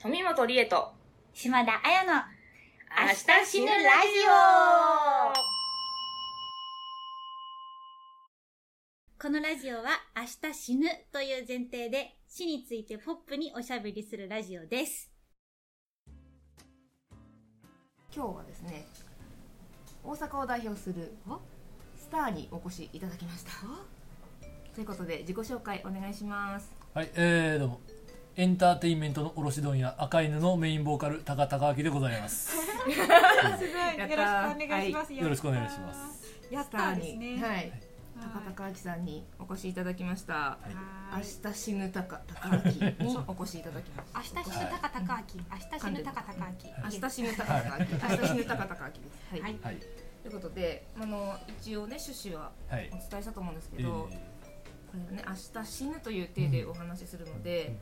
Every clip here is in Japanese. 富本理恵と島田彩の明日死ぬラジこのラジオは明日死ぬという前提で死についてポップにおしゃべりするラジオ です。今日はですね大阪を代表するスターにお越しいただきましたということで自己紹介お願いしますはい、えー、どうも。エンターテインメントの卸問屋赤犬のメインボーカル高高明でございます。すごいよやっろたしくお願いします。よろしくお願いします。やっスタたーーにですね。。はいい、高高明さんにお越しいただきました、はーい明日死ぬ高高明にお越しいただきまし明日死ぬ高高明、明日死ぬ高た高明。明日死ぬ高高明明日死ぬ高高明ですはい、はいはい、ということであの一応ね趣旨ははいお。伝えしたと思うんですえけーど、これをね明日死ぬという体でお話しするので、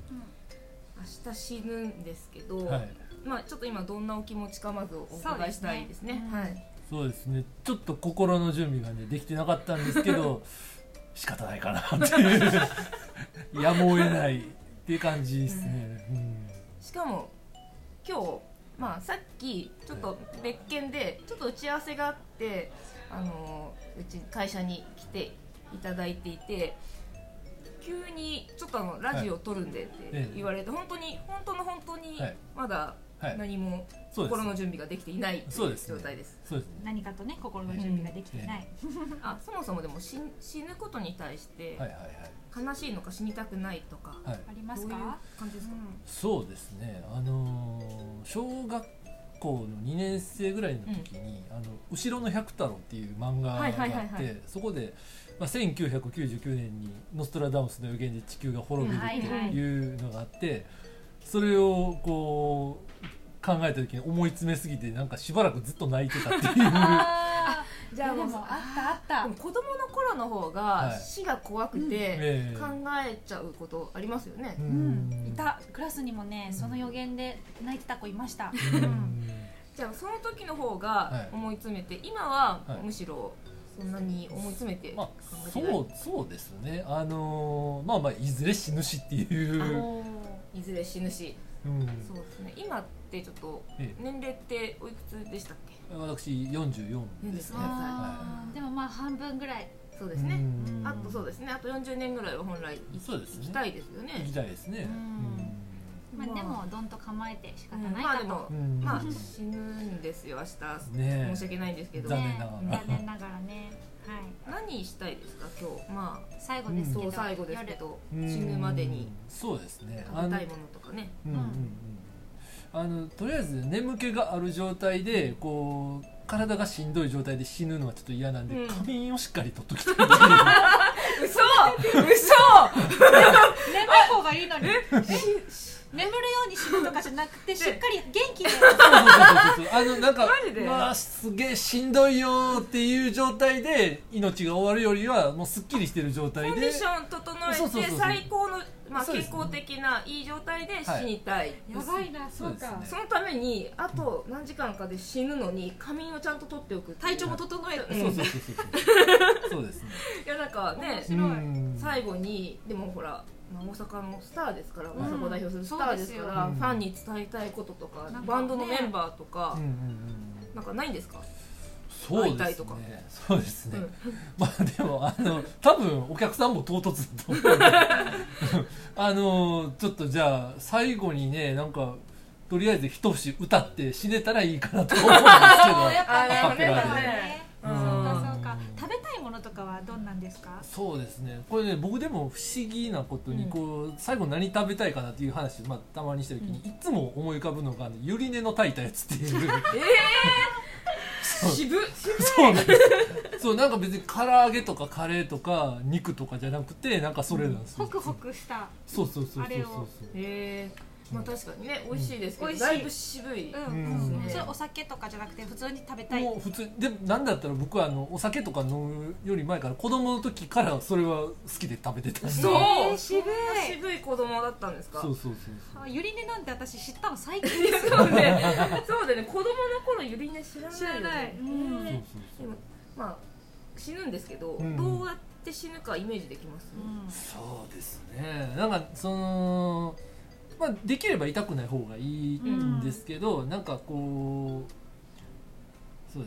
明日死ぬんですけど、はい、まあちょっと今どんなお気持ちかまずお伺いしたいですね。はい。そうですね。ちょっと心の準備がねできてなかったんですけど、 仕方ないかなっていう やむを得ないっていう感じですね。うんしかも今日まあさっきちょっと別件でちょっと打ち合わせがあってあのうち会社に来ていただいていて。急にちょっとあのラジオ撮るんでって言われて、本当に本当の本当にはいまだはい、何もそうで心す。の準備ができていないそうですね状態です。そうですね。何かとね、心の準備ができていない。あそもそもでも死ん死ぬことに対してはいはいはい。悲しいのか死にたくないとか、はい。ありまどすういうか感じですか、そうですね、あのー小学校の2年生ぐらいの時に「あの後ろの百太郎」っていう漫画があって、はいはいはいはいそこで、まあ、1999年に「ノストラダムスの予言で地球が滅びる」はいはってい。いうのがあってそれをこう考えた時に思い詰めすぎてなんかしばらくずっと泣いてたっていう あーじゃあもうでもあったあったでも。子供の頃の方はがい死が怖くてええ考えちゃうことありますよねう、うんん、いたクラスにもね、その予言で泣いてた子いまし た。うんじゃあその時の方はがい思い詰めて、今ははいむしろそんなに思い詰めてまあ考え、てそない、うそうですねあのーまあまあいずれ死ぬしっていう、おーいずれ死ぬし、うん、そうですね今ってちょっとええ年齢っておいくつでしたっけ私44ですね。あーでもまあ半分ぐらい。そうですね、うんあとそうですねあと40年ぐらいは本来そうで生すねきたいですよね行きたいですね。ままああでもどんと構えて仕方うんないまあかでと。もう、んまあ死ぬんですよ明日ねえ申し訳ないんですけど残念ながらね残念ながらね。はい。何したいですか今日まあ最後ですけそうど。最後ですけ夜どうん死ぬまでにそうですね。食べたいものとかねあのうんうんうんあのとりあえず眠気がある状態でこう体がしんどい状態で死ぬのはちょっと嫌なんで、うん仮眠をしっかりとっときたいなって嘘眠い方がいいのに眠るように死ぬとかじゃなくてしっかり元気ではいうそうそうそうそうあのなんかマジでまあすげえしんどいよーっていう状態で命が終わるよりはもうすっきりしてる状コ態ンデでィション整そうそうえてそうそう最高のまあそう健ですね康的ないい状態で死にたいやばいなそうですねそのためにあと何時間かで死ぬのに仮眠をちゃんと取っておく体調も整えて、そうそうそうそうそうですねいやなんかね面白いうん最後にでもほらまあ大阪のスターですから大ん阪を代表するスターですから、そうですよファンに伝えたいこととか、なんかねバンドのメンバーとか、うんうんうんなんかないんですかそうで会いすたねいとかそうですね、うんまあでもあの多分お客さんも唐突だと思うんで あのちょっとじゃあ最後にねなんかとりあえず一節歌って死ねたらいいかなと思うんですけどやっぱねアカペラでそうだねそううかそんうか食べたいものとかはどんなんですかそうですねこれね僕でも不思議なことにこう、最後何食べたいかなっていう話を、まあ、たまにした時に、いつも思い浮かぶのがゆり根の炊いたやつっていう 渋っそうなんですそうなんか別に唐揚げとかカレーとか肉とかじゃなくてなんかそれなんですよ、ホクホクしたそうそうそうそうあれをそうへえまあ確かにね美味しいですけど、美味しいだいぶ渋い、うん、うんそれお酒とかじゃなくて普通に食べたいもう普通でなんだったら僕はあのお酒とか飲むより前から子供の時からそれは好きで食べてたそそうう、えー渋そいんな渋い子供だったんですかそうそうあゆり根なんて私知ったの最近ですそうで そうでね子供の頃ゆり根知らないよね知らない、うんそうそうでもまあ死ぬんですけど、うんどうやって死ぬかイメージできます、そうそうですねなんかそのまあ、できれば痛くない方がいいんですけど、なんかこうそう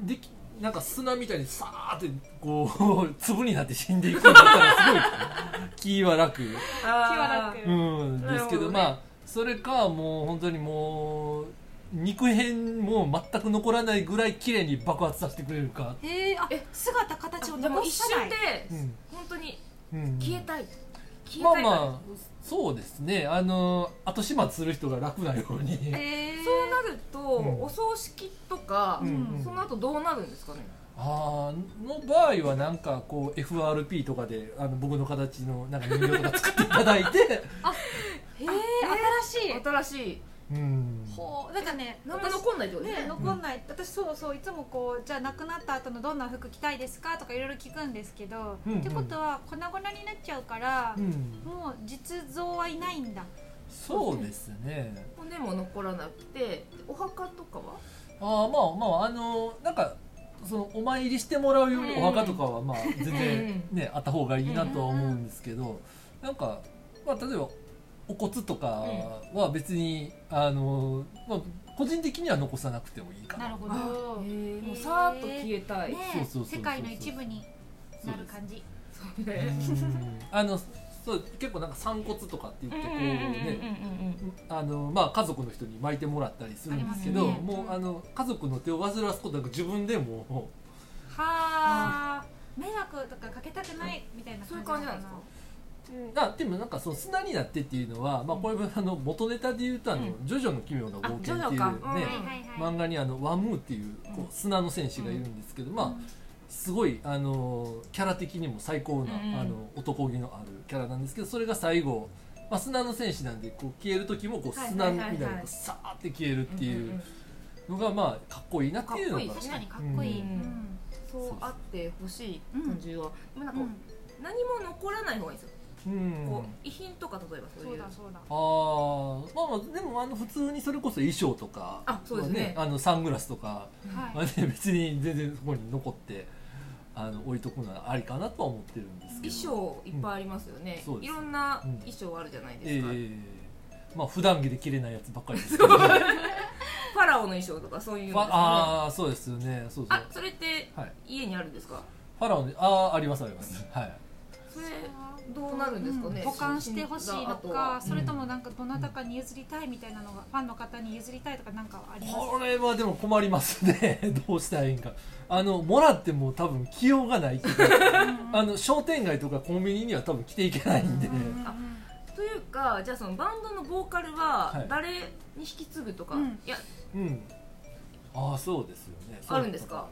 できなんか砂みたいにさーってこう 粒になって死んでいくんだったらすごい気は楽、あ気は楽うん、なるですほどねけどまあそれかもう本当にもう肉片も全く残らないぐらい綺麗に爆発させてくれるか、へえあえ姿形をーでも残一さな瞬いでうん本当にうん、消えたい消まえたあいまからあそうですねあの後始末する人が楽なように、 えーそうなると、うんお葬式とか、うんうんその後どうなるんですかねあーの場合はなんかこう FRP とかであの僕の形のなんか人形とか作っていただいてへー新しい新しい うんほうなんかね何も残んないってことですねね、残んない、私そうそういつもこうじゃあ亡くなった後のどんな服着たいですかとかいろいろ聞くんですけど、うんうんってことは粉々になっちゃうから、うんもう実像はいないんだそうですね骨も残らなくてお墓とかはああまあまああのなんかそのお参りしてもらうよりお墓とかはまあ全然ねあった方がいいなとは思うんですけどなんかまあ例えばお骨とかは別にあのまあ個人的には残さなくてもいいかななるほあどねへえもうへえさーっと消えたい、そうそうそうそう世界の一部になる感じそううねんあのそう結構なんか散骨とかって言ってこうねあのまあ、家族の人に巻いてもらったりするんですけどありますねもうあの家族の手を煩わすことなく自分でもはあ迷惑とかかけたくないみたいなそういう感じなんですかあでもなんかその砂になってっていうのは、まあ、これもあの元ネタで言うとあの、うんジョジョの奇妙な冒険」っていうあジョジョかうんねはいはいはい漫画にあのワムーっていうこうんう砂の戦士がいるんですけど、まあすごいあのキャラ的にも最高な、うんあの男気のあるキャラなんですけどそれが最後、まあ、砂の戦士なんでこう消える時もこうはい砂みたいはいなはいはのがいさーって消えるってんんいんうのがまあかっこいいなっていうのかっがこいい確かにかっこいい、ううんそうあってほしい感じは、でもなんかうん何も残らない方がいいですよ、うんこう遺品とか例えばそうそいううだそうだあーまあまあでもあの普通にそれこそ衣装とかあそうですねあのサングラスとか、はまいあね、別に全然そこに残ってあの置いとくのはありかなとは思ってるんですけ衣装どいっぱいありますよね、うんそうでいすろんな衣装あるじゃないでえすか、えまあ普段着で着れないやつばっかりですけ ど、ね、ファラオの衣装とかそういうのですねああそうですよねそうそうあそれってはい家にあるんですかファラオねああありますありますはいそれどうなるんですかね、保管してほしいあのとかはそれともなんかどなたかに譲りたいみたいなのがファンの方に譲りたいとかなんかありますこれはでも困りますね どうしたらいいんかあのもらっても多分着ようがないっ ていうかあの商店街とかコンビニには多分着ていけないんで、あというかじゃあそのバンドのボーカルははい誰に引き継ぐとか、うんいやうん、ああそうですよねあるんですか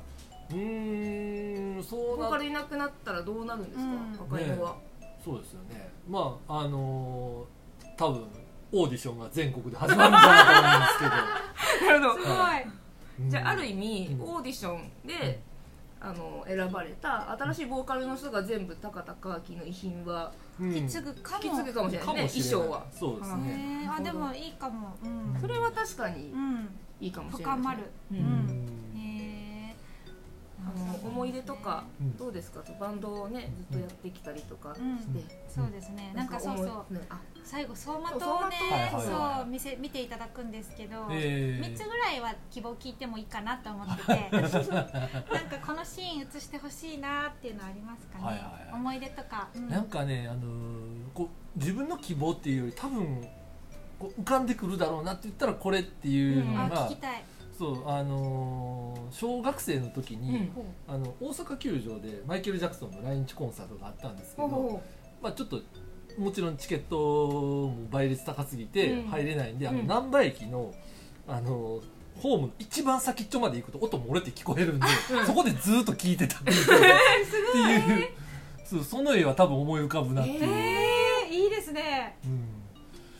うーんそうボーカなルいなくなったらどうなるんですか、うん赤色は、そうですよねまああのー多分オーディションが全国で始まるんじゃないかと思なるほどすごい、はうんですけ どじゃあある意意味、うんオーディションで、あの選ばれた新しいボーカルの人が全部高田カーキの遺品は味引き継ぐかも引き継ぐかもしれないね衣装はそうですね、ねえあでもいいかもうんそれは確かにうんいいかもしれない深まるううんんうんへえあの思い出とかうんどうですかバンドをねずっとやってきたりとかうんして、そうですねなんかそうそう思いあ最後走馬そう走灯馬ね灯はいはいはいそう見せ見ていただくんですけどえ3つぐらいは希望聞いてもいいかなと思って てなんかこのシーン映してほしいなっていうのはありますかね、はいはいはい思い出とか、うんなんかね、あのーこう自分の希望っていうより多分こう浮かんでくるだろうなって言ったらこれっていうのあが、聞きたい、そうあのー小学生の時に、うんあの大阪球場でマイケル・ジャクソンの来日コンサートがあったんですけほうほうど、ほまあ、ちょっともちろんチケットも倍率高すぎてうん入れないんで、あのうん難波駅のあのホームの一番先っちょまで行くと音漏れて聞こえるんで、そこでずっと聞いてたっていう っていうそうその絵は多分思い浮かぶなっていう。えいいですねうん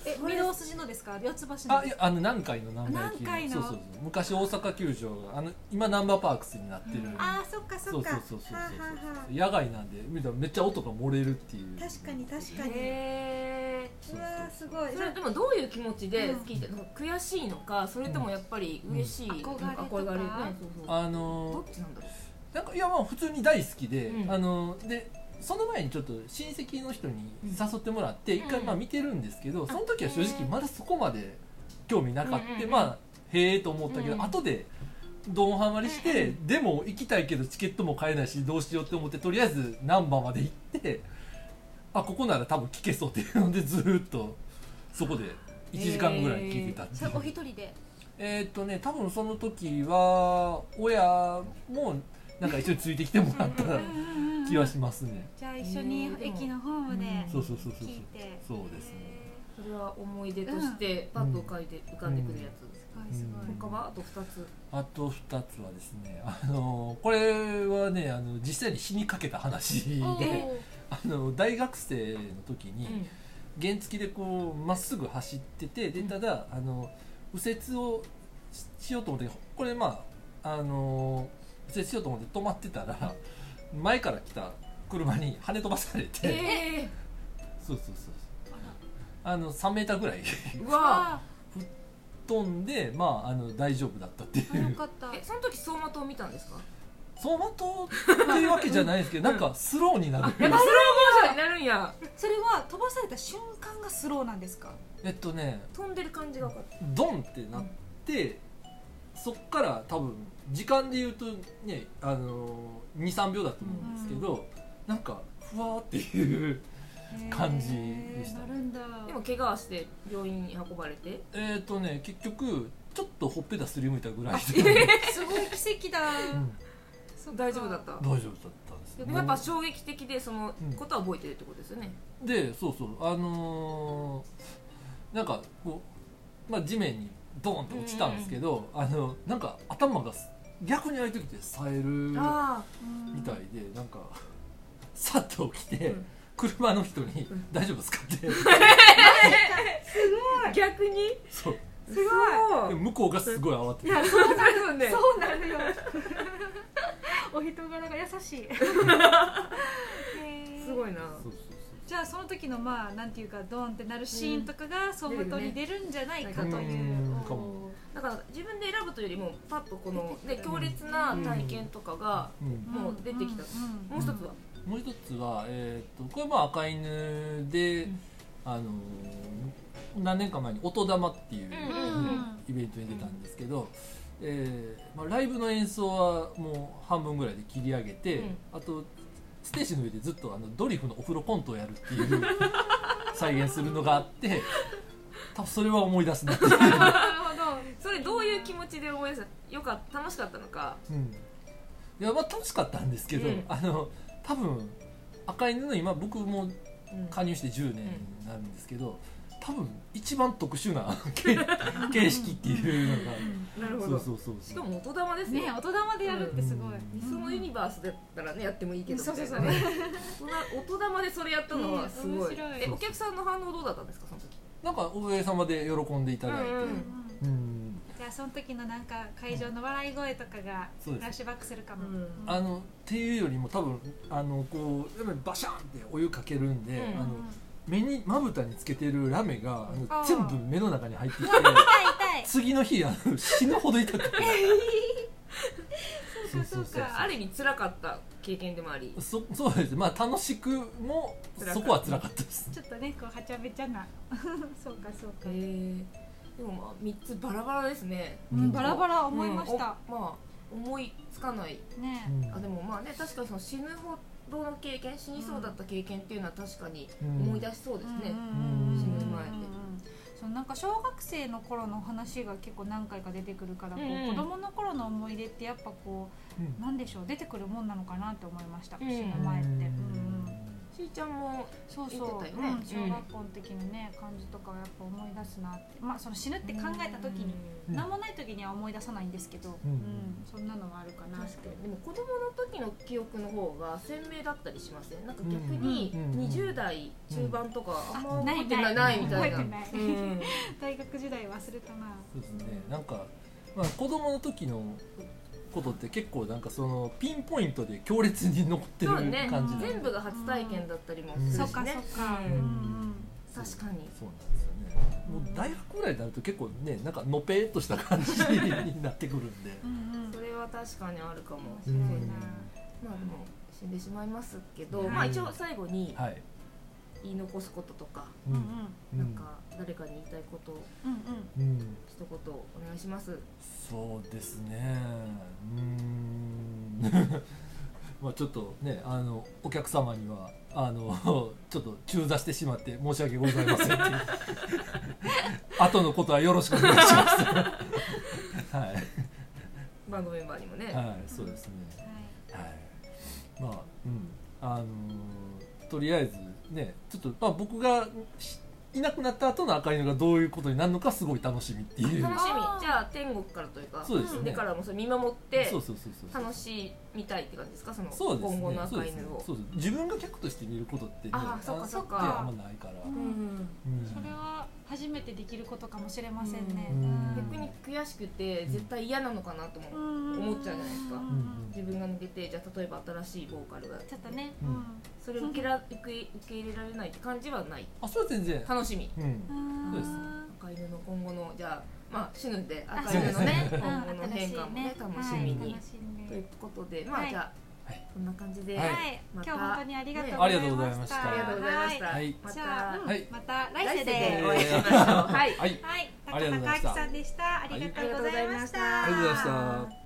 え御堂筋のですか四つ橋のあいやあの南海の南波駅南海のそうそうそう昔大阪球場があの今ナンバーパークスになってる、あーそっかそそうそうっかそうそうそうはあはあはあ野外なんで見たらめっちゃ音が漏れるっていう確かに確うかにへーそううわーすごいそれでもどういう気持ちで好きって悔しいのかそれともやっぱり嬉しい、うん憧れとか憧れねそうそうあどっのちなんだろーなんかいやまあ普通に大好きで、うんあのーでその前にちょっと親戚の人にうん誘ってもらって一回うんまあ見てるんですけど、その時は正へ直ーまだそこまで興味なかっうんうんて、うんまあへえと思ったけど、うん後でドンハマりして、でも行きたいけどチケットも買えないしどうしようって思ってとりあえず難波まで行ってあここなら多分聞けそうっていうのでずーっとそこで1時間ぐらい聞いてたってそいれうお一人でえーっとね多分その時は親もなんか一緒についてきてもらった気はしますねじゃあ一緒に駅のホームでそうそうそうそう聞いてそうそうですねそれは思い出としてパッと浮かんで浮かんでくるやつすごいすごいうん他はあと2つあと2つはですねあのこれはねあの実際に死にかけた話おでーあの大学生の時に、うん原付でこうまっすぐ走っててでうんただあの右折をししようと思ってこれまああの右折しようと思って止まってたら前から来た車に跳ね飛ばされて、えそうそうそうそうあの3メーターぐらい ーうわあ飛んでまああの大丈夫だったっていーようかったえその時走馬灯を見たんですか走馬灯っていうわけじゃないですけど、なんかスローになるやっぱスローモーションになるんやそれは飛ばされた瞬間がスローなんですかえっとね飛んでる感じが分かったドンってなって、そっから多分時間で言うとね、あの23秒だと思うんですけど、なんかふわーっていう 感じでしたなるんだでも怪我して病院に運ばれてえっ、とね結局ちょっとほっぺたすりむいたぐらいで、すごい奇跡だ うん大丈夫だった大丈夫だったんですでもやっぱ衝撃的でそのうんことは覚えてるってことですよね、でそうそうあのーなんかこう、まあ、地面にドーンと落ちたんですけど、あのなんか頭がす逆にああいう時って冴えるあみたいでなんか さっと起きて、うん車の人に「大丈夫ですか?」ってあ逆にそうすごいで向こうがすごい慌ててそうなるねそうなるよお人柄が優しいすごいなそうそうそうじゃあその時のまあなんていうかドーンってなるシーンとかが走馬灯に出るんじゃないかといううんかもだから自分で選ぶというよりもパッとこの、ね、強烈な体験とかがうんもう出てきた、うんもう一つは、もう一つは、えーっとこれまあ赤犬で、うんあのー何年か前に「音玉」っていう、う んイベントに出たんですけど、えーまあ、ライブの演奏はもう半分ぐらいで切り上げて、うんあとステージの上でずっとあのドリフのお風呂コントをやるっていう 再現するのがあって多分それは思い出すなっていう、それどういう気持ちで思い出したよかった楽しかったのかうん、いやまあ楽しかったんですけど、うんあの多分赤犬の今僕もうん加入して10年なんですけど多分一番特殊な 形形式っていうのが。なるほそどうそうそうそうしかも音玉ですねよ音玉でやるってすごい、うんそのユニバースだったらねやってもいいけどみたいなうんね大人大人までそれやったのはすごい,、ね面白いえお客さんの反応どうだったんですかその時なんかおかげさまで喜んでいただいて、うんうんうんじゃあその時のなんか会場の笑い声とかがそうですフラッシュバックするかも、うんあのっていうよりも多分あのこうやっぱりバシャンってお湯かけるんで、うんあの目にまぶたにつけてるラメがあのあー全部目の中に入ってき て痛い痛次の日あの死ぬほど痛くてそうそうそうある意味辛かった経験でもありそそうですまあ楽しくも辛かったそこは辛かったですいちょっとねこうはちゃめちゃな そうかそうか、えでもまあ3つバラバラですねうんバラバラ、ラ思いました、うんおまあ思いつかないねうんあでもまあね確かにその死ぬほどの経験死にそうだった経験っていうのは確かにうん思い出しそうですね、うん死ぬ前でそうなんか小学生の頃の話が結構何回か出てくるから、こううんうん子供の頃の思い出ってやっぱこうんうなんでしょう出てくるもんなのかなって思いました、うん死ぬ前って、うんうんしーちゃんもそうそう、言ってたよねうん小学校の時のね感じとかはやっぱ思い出すなって、まあその死ぬって考えた時に、うん何もない時には思い出さないんですけど、うんそんなのはあるかなって確かにでも子供の時の記憶の方が鮮明だったりしません、なんか逆にうんうん20代中盤とかあんまあ覚えてないないみたいな、うん、覚えてない大学時代忘れたなそうですねなんか、まあ、子供の時のことって結構なんかそのピンポイントで強烈に残ってる そうね感じなんで全部が初体験だったりもするしね、うんそっかそっか、ううんん確かにそうなんですよね。もう大学ぐらいになると結構ねなんかのぺーっとした感 じになってくるんで。うんうんうんそれは確かにあるかも、面白いなまあでも死んでしまいますけど、うんまあ一応最後にはい、言い残すこととか、ううんうんんうなんんか誰かに言いたいことをうんうんうん、一言お願いします。そうですねうーん まあちょっとねあのお客様にはあの ちょっと中座してしまって申し訳ございませんっていう 後のことはよろしくお願いします はいバンドメンバーにもね、はい、そうですね。ははい。まあ、うん、あのーとりあえずね、ちょっと、まあ、僕がし。いなくなった後の赤犬がどういうことになるのか、すごい楽しみっていう。楽しあみーじゃあ天国からというかそうですねんからもそれ見守ってそうそうそうそう。楽しみたいって感じですかそのそうですね。今後のそう赤ですね犬をそうです。自分が客として見ることってね、あーそっかそっかあんまないから。ううんんうんそれは初めてできることかもしれませんね、うん逆に悔しくて絶対嫌なのかなと思う、うん思っちゃうじゃないですかうんうん自分が抜けてじゃあ例えば新しいボーカルがちょっとね、うんそれを受けら受け受け入れられないって感じはないあ、それは全然。楽しみうん。うんそうですね赤犬の今後のじゃあまあ死ぬんであ赤犬のねそうですね今後の変化もねうん楽しみに、はい楽しみということでまあ、はいじゃあ、はいこんな感じで、はいはい、また今日本当にありがとうございました。ありがとうございましたありがとうございました、まはいはじゃあ、たうんはいまた来来世世ででお。会いしま しょうはいはい。はい、ありがとうございま高し中た明さんでした。ありがとうございました。ありがとうございました。